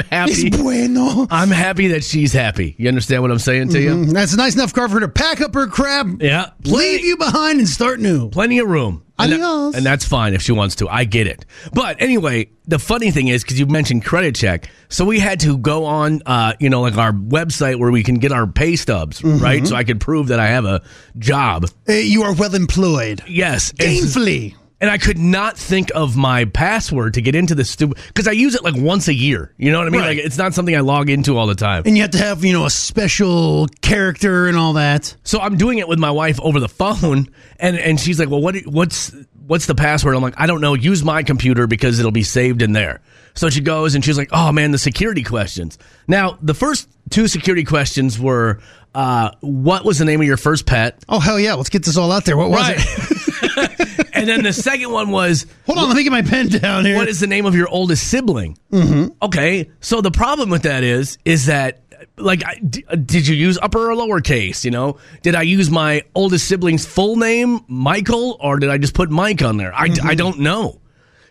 I'm It's happy. bueno. I'm happy that she's happy. You understand what I'm saying to you? Mm-hmm. That's a nice enough car for her to pack up her crap, Yeah. leave you behind, and start new. plenty of room. And, that- Adios. and that's fine if she wants to. I get it. But anyway, the funny thing is because you mentioned credit check, so we had to go on, uh, you know, like our website where we can get our pay stubs, right? So I could prove that I have a job. Uh, you are well employed. Yes, And- Gainfully. And I could not think of my password to get into this stupid because I use it like once a year. You know what I mean? Right. Like it's not something I log into all the time. And you have to have, you know, a special character and all that. So I'm doing it with my wife over the phone, and and she's like, "Well, what what's what's the password?" I'm like, "I don't know. Use my computer because it'll be saved in there." So she goes and she's like, "Oh man, the security questions." Now the first two security questions were, uh, "What was the name of your first pet?" Oh, hell yeah. Let's get this all out there. What was it? and then the second one was, Hold on. Let me get my pen down here. what is the name of your oldest sibling? Mm-hmm. Okay, so the problem with that is, is that like, I, d- did you use upper or lowercase? You know, did I use my oldest sibling's full name, Michael, or did I just put Mike on there? I, d- I don't know.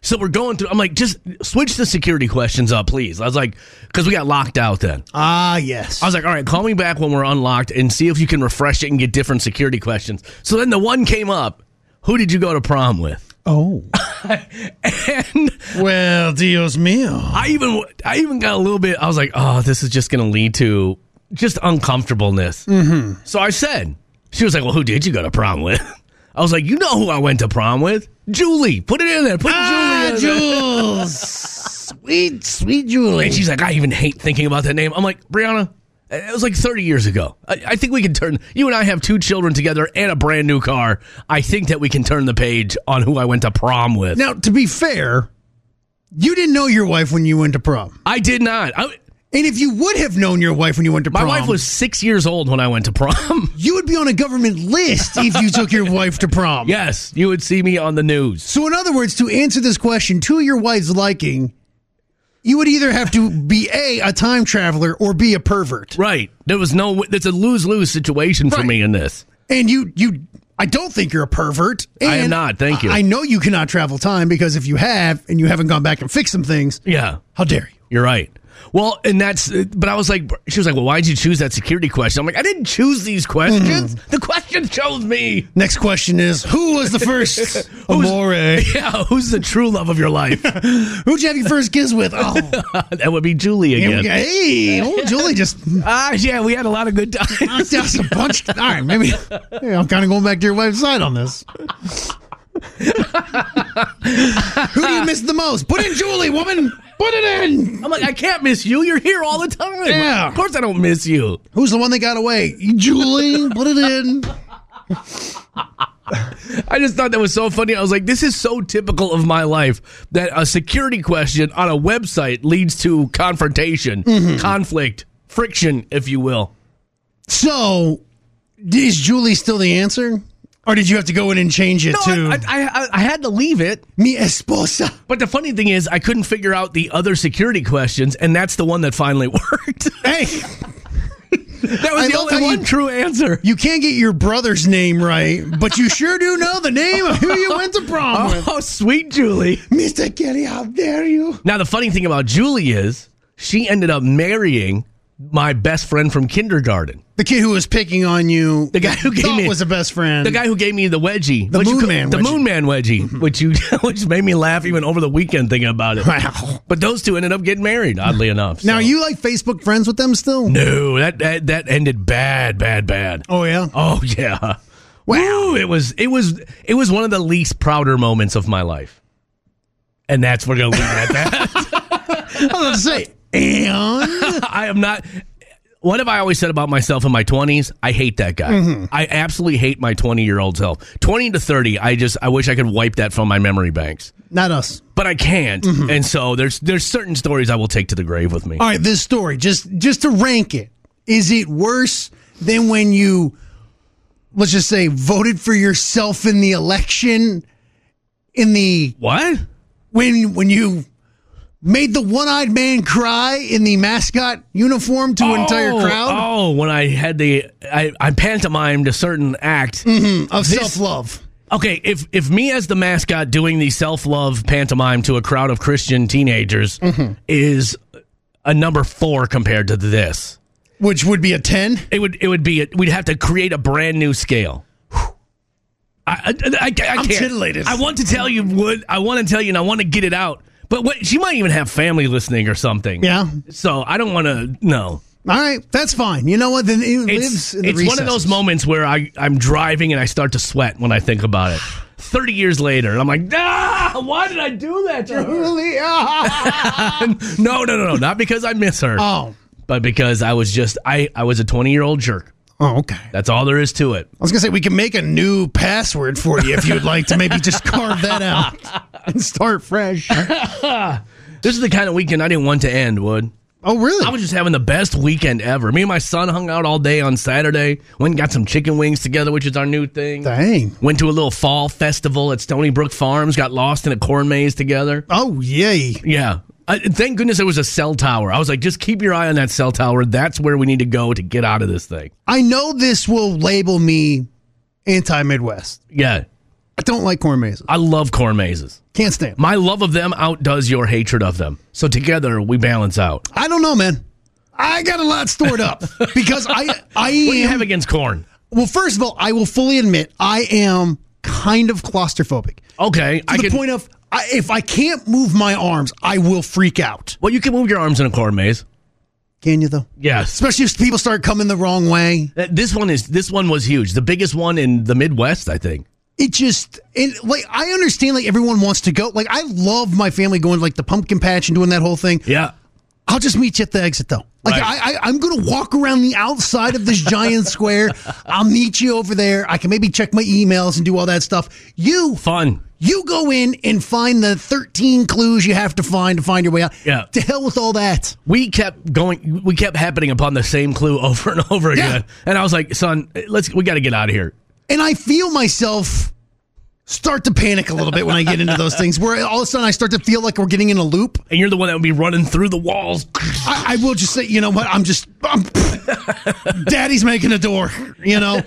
So we're going through. I'm like, just switch the security questions up, please. I was like, because we got locked out then. ah, yes. I was like, all right, call me back when we're unlocked and see if you can refresh it and get different security questions. So then the one came up. Who did you go to prom with? oh. And well, Dios mío. I even I even got a little bit. I was like, oh, this is just going to lead to just uncomfortableness. Mm-hmm. So I said, she was like, well, who did you go to prom with? I was like, you know who I went to prom with? Julie. Put it in there. Put Julie in there. Jules. sweet, sweet Ah, Julie. And she's like, I even hate thinking about that name. I'm like, Brianna, it was like 30 years ago. I, I think we can turn. You and I have two children together and a brand new car. I think that we can turn the page on who I went to prom with. Now, to be fair, you didn't know your wife when you went to prom. I did not. I, And if you would have known your wife when you went to my prom, wife was six years old when I went to prom. you would be on a government list if you took your wife to prom. yes, you would see me on the news. So, in other words, to answer this question to your wife's liking, you would either have to be A, a time traveler, or B, a pervert. Right. There was no. It's a lose lose situation for Right. me in this. And you, you, I don't think you're a pervert. And am not, thank you. I, I know you cannot travel time because if you have and you haven't gone back and fixed some things, Yeah, how dare you? you're right. Well, and that's. But I was like, she was like, well, why did you choose that security question? I'm like, I didn't choose these questions. Mm-hmm. The questions chose me. Next question is Who was the first amore? Yeah, who's the true love of your life? Who'd you have your first kiss with? Oh, that would be Julie and we again. go, hey, old Julie just Ah, yeah, we had a lot of good times. knocked out a bunch. All right, maybe maybe I'm kind of going back to your wife's side on this. Who do you miss the most? Put in Julie, woman. Put it in. I'm like, I can't miss you. You're here all the time. Yeah. Of course I don't miss you. Who's the one that got away? Julie, put it in. I just thought that was so funny. I was like, this is so typical of my life that a security question on a website leads to confrontation, conflict, friction, if you will. So, is Julie still the answer? Or did you have to go in and change it No, to I, I, I, I had to leave it. mi esposa? But the funny thing is, I couldn't figure out the other security questions, and that's the one that finally worked. Hey, that was I the love only how you- one true answer. you can't get your brother's name right, but you sure do know the name of who you went to prom with. Oh, sweet Julie. Mr. Kelly, how dare you? Now, the funny thing about Julie is she ended up marrying my best friend from kindergarten. The kid who was picking on you. The guy who gave thought me- was a best friend. The guy who gave me the wedgie, The What'd you Moon call- Man the wedgie. Moon Man wedgie, which you which made me laugh even over the weekend thinking about it. Wow. But those two ended up getting married, oddly enough. Now so- are you like Facebook friends with them still? no, that, that that ended bad, bad, bad. Oh yeah. Oh yeah, wow! it was it was it was one of the least prouder moments of my life, and that's we're gonna leave it at that. I was about to say. And I am not. What have I always said about myself in my twenties? I hate that guy. Mm-hmm. I absolutely hate my twenty-year-old self. Twenty to thirty, I just I wish I could wipe that from my memory banks. not us. but I can't. Mm-hmm. And so there's there's certain stories I will take to the grave with me. All right, this story just just to rank it. Is it worse than when you let's just say voted for yourself in the election in the What? when when you made the one-eyed man cry in the mascot uniform to an entire Oh, crowd Oh, when I had the I, I pantomimed a certain act. of self-love. Okay, if if me as the mascot doing the self love pantomime to a crowd of Christian teenagers Mm-hmm. is a number four compared to this, Which would be a 10. it would it would be a, we'd have to create a brand new scale. I, I, I, I can't. titillated. I want to tell you what I want to tell you, and I want to get it out. But what, she might even have family listening or something. Yeah. So I don't want to. No. All right, that's fine. You know what? Then it It's, lives in the it's one of those recesses. moments where I, I'm driving and I start to sweat when I think about it. 30 years later, and I'm like, ah, why did I do that? to her?" Really? Ah. no, no, no, no. Not because I miss her, oh. but because I was just, I, I was a 20 year old jerk. Oh, okay. I That's all there is to it. was gonna say we can make a new password for you if you'd like to maybe just carve that out and start fresh. This is the kind of weekend I didn't want to end, Wood. Oh, really? I was just having the best weekend ever. Me and my son hung out all day on Saturday, went and got some chicken wings together, which is our new thing. Dang. Went to a little fall festival at Stony Brook Farms, got lost in a corn maze together. Oh, yay. Yeah. I, thank goodness there was a cell tower. I was like, just keep your eye on that cell tower. That's where we need to go to get out of this thing. I know this will label me anti Midwest. Yeah. I don't like corn mazes. I love corn mazes. Can't stand 'em. My love of them outdoes your hatred of them. So together we balance out. I don't know, man. I got a lot stored up because I I What do you have am against corn? well. First of all, I will fully admit I am kind of claustrophobic Okay. to the point of I, if I can't move my arms, I will freak out. Well, you can move your arms in a corn maze. Can you though? Yes. Especially if people start coming the wrong way. Uh, This one is this one was huge. The biggest one in the Midwest, I think. It just and like I understand like everyone wants to go. Like I love my family going to, like the pumpkin patch and doing that whole thing. Yeah. I'll just meet you at the exit though. Like Right. I, I, I'm gonna walk around the outside of this giant square. I'll meet you over there. I can maybe check my emails and do all that stuff. You, Fun. you go in and find the 13 clues you have to find to find your way out. Yeah. To hell with all that. we kept going we kept happening upon the same clue over and over Yeah. again and i was like son let's we got to get out of here And I feel myself start to panic a little bit when I get into those things. Where all of a sudden I start to feel like we're getting in a loop. and you're the one that would be running through the walls I, I will just say, you know what? I'm just, I'm, daddy's making a door, you know?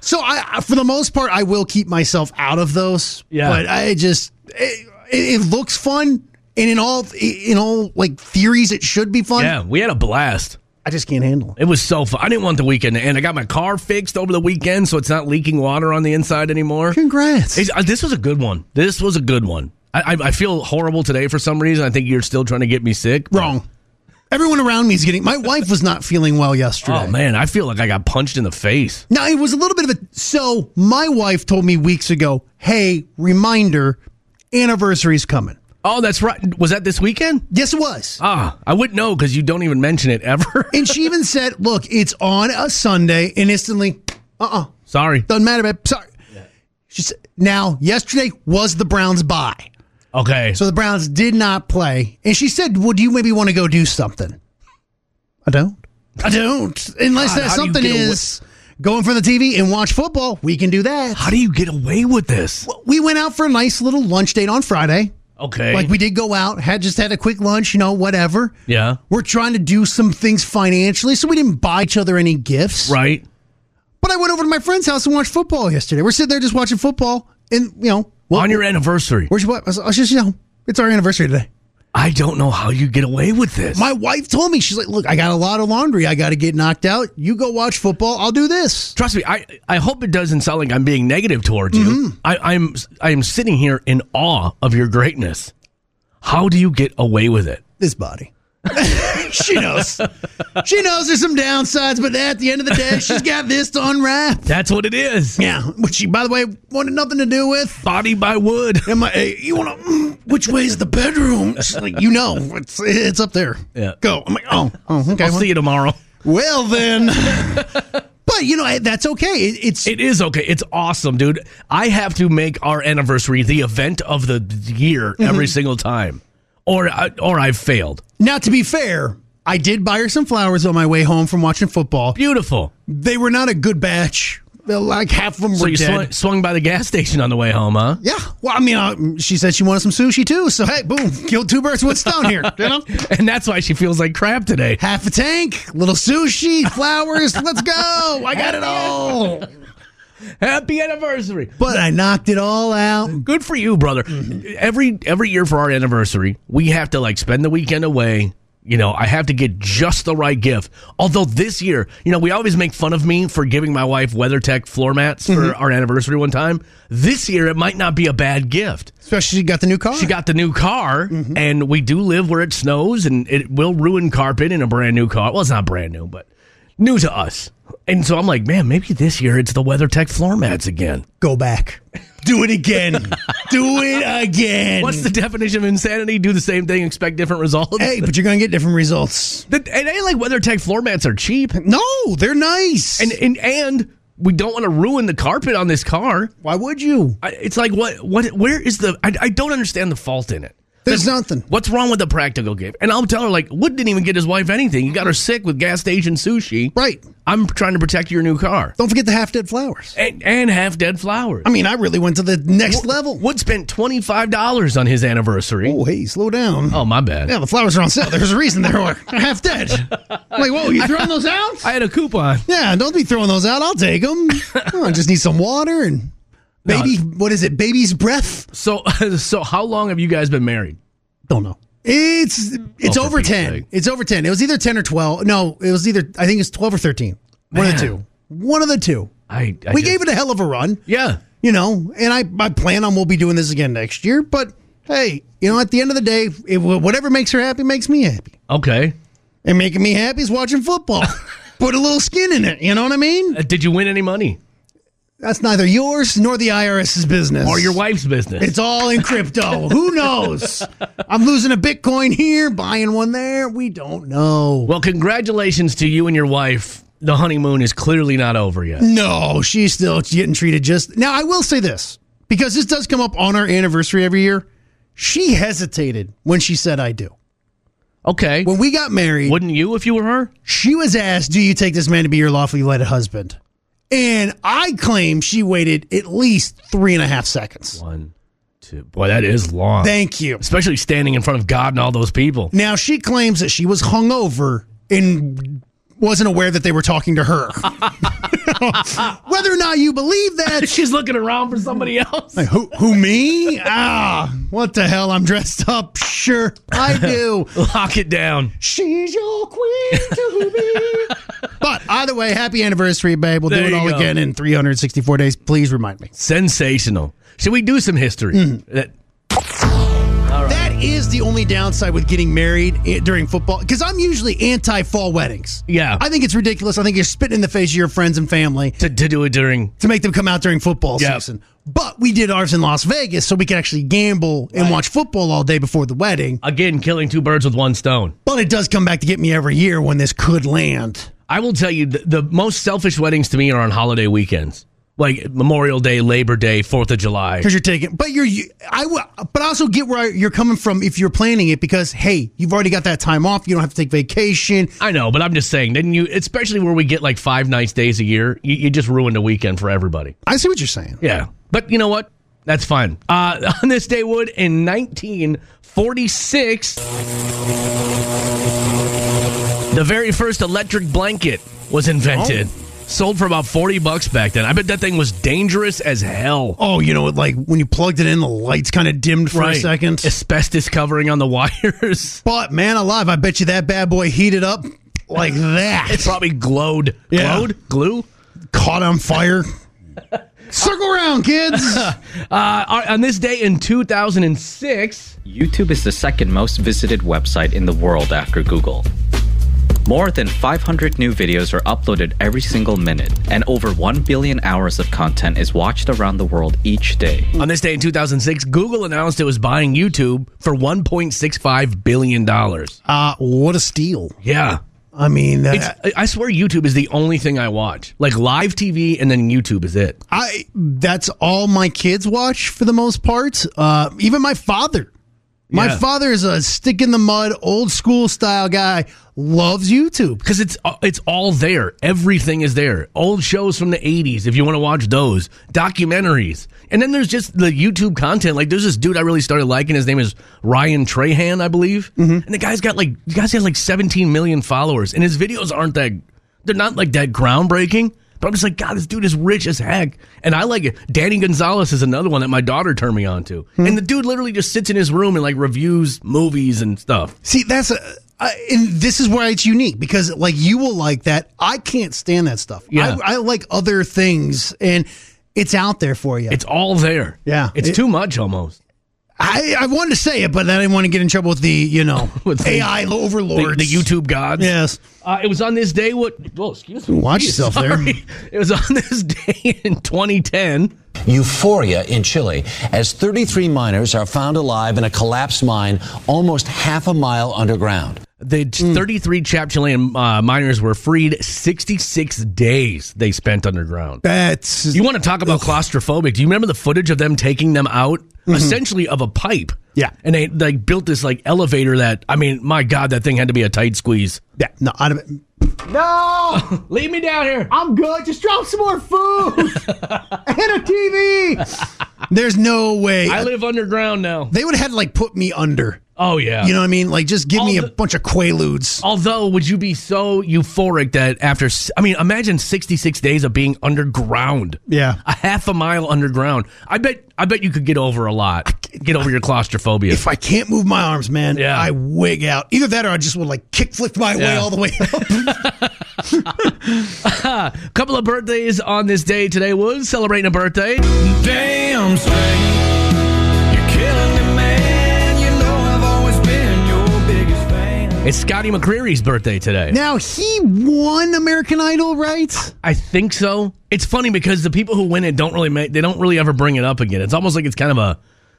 So I, I- for the most part, I will keep myself out of those. Yeah. But I just, it, it, it looks fun. And in all, in all like theories, it should be fun. yeah we had a blast I just can't handle it. it was so fun i didn't want the weekend to end i got my car fixed over the weekend so it's not leaking water on the inside anymore Congrats. It's- uh, this was a good one this was a good one I, I, I feel horrible today for some reason i think you're still trying to get me sick but- Wrong. Everyone around me is getting, my wife was not feeling well yesterday. oh man i feel like i got punched in the face Now it was a little bit of a so my wife told me weeks ago, hey, reminder, anniversary's coming. oh that's right was that this weekend Yes, it was. ah i wouldn't know because you don't even mention it ever And she even said, look, it's on a Sunday, and instantly, uh uh-uh, uh, sorry does not matter, babe. Sorry. She said, now, yesterday was the Browns' bye. okay So the Browns did not play. And she said, well, do you maybe want to go do something? I don't. I don't. Unless God, that how do you something get away- is going for the TV and watch football, we can do that. How do you get away with this? We went out for a nice little lunch date on Friday. Okay. Like we did go out, had just had a quick lunch, you know, whatever. yeah. We're trying to do some things financially, so we didn't buy each other any gifts. Right. But I went over to my friend's house and watched football yesterday. We're sitting there just watching football, and you know, well, On your anniversary. where's your wife? I was, I was just, you know, it's our anniversary today. I don't know how you get away with this. My wife told me she's like, look, I got a lot of laundry. I got to get knocked out. You go watch football. I'll do this. Trust me, I, I hope it doesn't sound like I'm being negative towards you. I, I'm I'm sitting here in awe of your greatness. How do you get away with it? This body. she knows. She knows there's some downsides, but at the end of the day, she's got this to unwrap. That's what it is. Yeah, which she, by the way, wanted nothing to do with. Body by wood. Am I? hey, you want to? Which way is the bedroom? She's like, you know, it's it's up there. Yeah. Go. I'm like, oh, oh okay. I'll see you tomorrow. well then. but you know, I- that's okay. It, it's It is okay. It's awesome, dude. I have to make our anniversary the event of the year every single time, or I- or I've failed. now to be fair. I did buy her some flowers on my way home from watching football. Beautiful. They were not a good batch. like half of them So were you dead. swung, swung by the gas station on the way home, huh? yeah, well, I mean, uh, she said she wanted some sushi too. So hey, boom, killed two birds with a stone here. You know? And that's why she feels like crap today. half a tank, little sushi, flowers. let's go! I got it all. Happy anniversary. But I knocked it all out. Good for you, brother. Every every year for our anniversary, we have to like spend the weekend away. You know, I have to get just the right gift. Although this year, you know, we always make fun of me for giving my wife WeatherTech floor mats for our anniversary one time. This year, it might not be a bad gift. Especially she got the new car. She got the new car, and we do live where it snows, and it will ruin carpet in a brand new car. Well, it's not brand new, but new to us. And so I'm like, man, maybe this year it's the WeatherTech floor mats again. go back. Do it again. Do it again. What's the definition of insanity? Do the same thing, expect different results. hey, but you're gonna get different results. The- it ain't like WeatherTech floor mats are cheap, No, they're nice. and and and we don't want to ruin the carpet on this car. why would you? I, it's like what what where is the? I, I don't understand the fault in it. There's nothing. What's wrong with the practical gift? And I'll tell her like Wood didn't even get his wife anything. He got her sick with gas station sushi. Right. I'm trying to protect your new car Don't forget the half dead flowers. and and half dead flowers. I mean, I really went to the next level. Wood spent twenty five dollars on his anniversary. Oh, hey, slow down. Oh my bad. Yeah, the flowers are on sale. There's a reason they were half dead. I'm like, whoa, you throwing those out? I had a coupon. yeah, don't be throwing those out. I'll take them. I just need some water and baby. What is it? Baby's breath. So so how long have you guys been married? Don't know. It's it's Oh, for over Pete's ten. sake. It's over ten. It was either ten or twelve. No, it was either I think it was twelve or thirteen. One of the Man. two. One of the two. I, I we just- gave it a hell of a run, Yeah. you know. And I I plan on we'll be doing this again next year. But hey, you know, at the end of the day, it, whatever makes her happy makes me happy. Okay. And making me happy is watching football. Put a little skin in it. You know what I mean? Uh, did you win any money That's neither yours nor the IRS's business. or your wife's business? It's all in crypto. Who knows? I'm losing a Bitcoin here, buying one there. We don't know. well, congratulations to you and your wife. The honeymoon is clearly not over yet. No, she's still getting treated just. Now, I will say this because this does come up on our anniversary every year. She hesitated when she said, I do. Okay. When we got married, Wouldn't you if you were her? she was asked, Do you take this man to be your lawfully wedded husband? And I claim she waited at least three and a half seconds. One, two. Boy, that is long. Thank you. Especially standing in front of God and all those people. Now, she claims that she was hungover and wasn't aware that they were talking to her. Whether or not you believe that, She's looking around for somebody else. Like, who, who, me? Ah, what the hell? I'm dressed up. Sure, I do. Lock it down. She's your queen to be. But either way, happy anniversary, babe. We'll There do it you all go. again in 364 days. Please remind me. Sensational. Should we do some history? Uh, That- That is the only downside with getting married i- during football because I'm usually anti fall weddings. Yeah. I think it's ridiculous. I think you're spitting in the face of your friends and family to, to do it during. to make them come out during football Yep. season. But we did ours in Las Vegas so we could actually gamble and watch football all day before the wedding. Again, killing two birds with one stone. But it does come back to get me every year when this could land. I will tell you the, the most selfish weddings to me are on holiday weekends, like Memorial Day, Labor Day, Fourth of July. Because you're taking, but you're, you, I will, but I also get where you're coming from if you're planning it because, hey, you've already got that time off. You don't have to take vacation. I know, but I'm just saying. Then you, especially where we get like five nights days a year, you, you just ruined a weekend for everybody. I see what you're saying. Yeah, but you know what? That's fine. Uh, on this day, Wood in 1946, the very first electric blanket was invented. Oh. Sold for about 40 bucks back then. I bet that thing was dangerous as hell. Oh, you know, like when you plugged it in, the lights kind of dimmed for a second. Asbestos covering on the wires. But man alive, I bet you that bad boy heated up like that. It probably glowed. Yeah. Glowed? Glue? caught on fire. Circle around, kids. Uh, all right, on this day in 2006, YouTube is the second most visited website in the world after Google. More than 500 new videos are uploaded every single minute, and over 1 billion hours of content is watched around the world each day. on this day in 2006, Google announced it was buying YouTube for 1.65 billion dollars. uh, what a steal. Yeah. I mean, uh, It's, I- I swear YouTube is the only thing I watch. Like live TV and then YouTube is it. I that's all my kids watch for the most part. Uh, even my father My Yeah. father is a stick in the mud, old school style guy, loves YouTube. because it's uh, it's all there. Everything is there. Old shows from the '80s, if you want to watch those documentaries, and then there's just the YouTube content. Like there's this dude I really started liking. His name is Ryan Trahan, I believe, Mm-hmm. and the guy's got like the guy's got like 17 million followers, and his videos aren't that they're not like that groundbreaking. But I'm just like, God, this dude is rich as heck, and I like it. Danny Gonzalez is another one that my daughter turned me on to, Hmm. and the dude literally just sits in his room and like reviews movies and stuff. See, that's a, I, and this is why it's unique because like you will like that. I can't stand that stuff. Yeah. I, I like other things, and it's out there for you. It's all there. Yeah. it's It- too much almost. I, I wanted to say it, but then I didn't want to get in trouble with the you know With the- AI the, overlords. the YouTube gods. Yes. Uh, it was on this day. What? Whoa, excuse me. Watch Jeez, yourself there. sorry. It was on this day in 2010. Euphoria in Chile as 33 miners are found alive in a collapsed mine almost half a mile underground. The Hmm. 33 Chapchilan uh, miners were freed. 66 days they spent underground. That's You want to talk about claustrophobic? Do you remember the footage of them taking them out, essentially of a pipe? Mm-hmm. Yeah. and they like built this like elevator that I mean, my God, that thing had to be a tight squeeze. yeah, no, out of it. No, Leave me down here. I'm good. Just drop some more food and a TV. There's no way. I live underground now. they would have had to, like put me under. Oh yeah, You know what I mean? Like just give All me a the- bunch of quaaludes. Although, would you be so euphoric that after, s- I mean, imagine 66 days of being underground. Yeah. A half a mile underground. I bet, I bet you could get over a lot. Get over your claustrophobia. If I can't move my arms, man, Yeah. I wig out. Either that or I just would like kick flip my way Yeah. all the way up. A couple of birthdays on this day today was celebrating a birthday. Damn straight. You're killing me, man. You know I've always been your biggest fan. It's Scotty McCreery's birthday today. now he won American Idol, right? I think so. It's funny because the people who win it don't really make, they don't really ever bring it up again. It's almost like it's kind of a,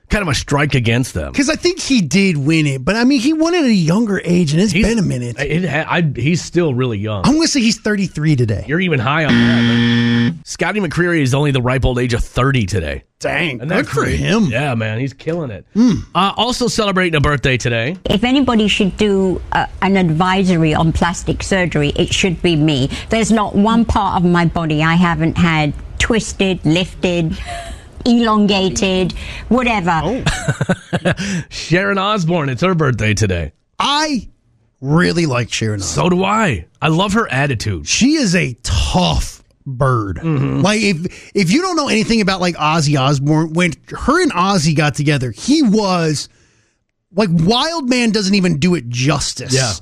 kind of a strike against them. Because I think he did win it, but I mean he won it at a younger age, and it's He's- been a minute. It, ha I, he's still really young. I'm gonna say he's 33 today. You're even high on that. but Scotty McCreery is only the ripe old age of 30 today. Dang, Isn't that good for great? him. Yeah, man, he's killing it. Uh, also celebrating a birthday today. If anybody should do uh, an advisory on plastic surgery, it should be me. There's not one part of my body I haven't had twisted, lifted, elongated, whatever. Oh. Sharon Osbourne, it's her birthday today. I really like Sharon. Osbourne. So do I. I love her attitude. She is a tough bird. Mm-hmm. Like if if you don't know anything about like Ozzy Osbourne, when her and Ozzy got together, he was like Wild Man doesn't even do it justice. Yeah.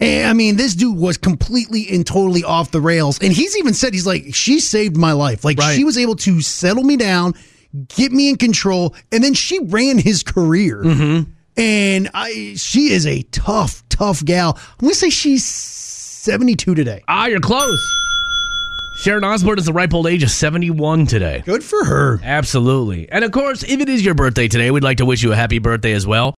And, I mean, this dude was completely and totally off the rails. And he's even said, he's like, she saved my life. Like, Right. she was able to settle me down, get me in control. And then she ran his career. Mm-hmm. And I, she is a tough, tough gal. I'm going to say she's 72 today. Ah, you're close. Sharon Osbourne is the ripe old age of 71 today. Good for her. Absolutely. And of course, if it is your birthday today, we'd like to wish you a happy birthday as well.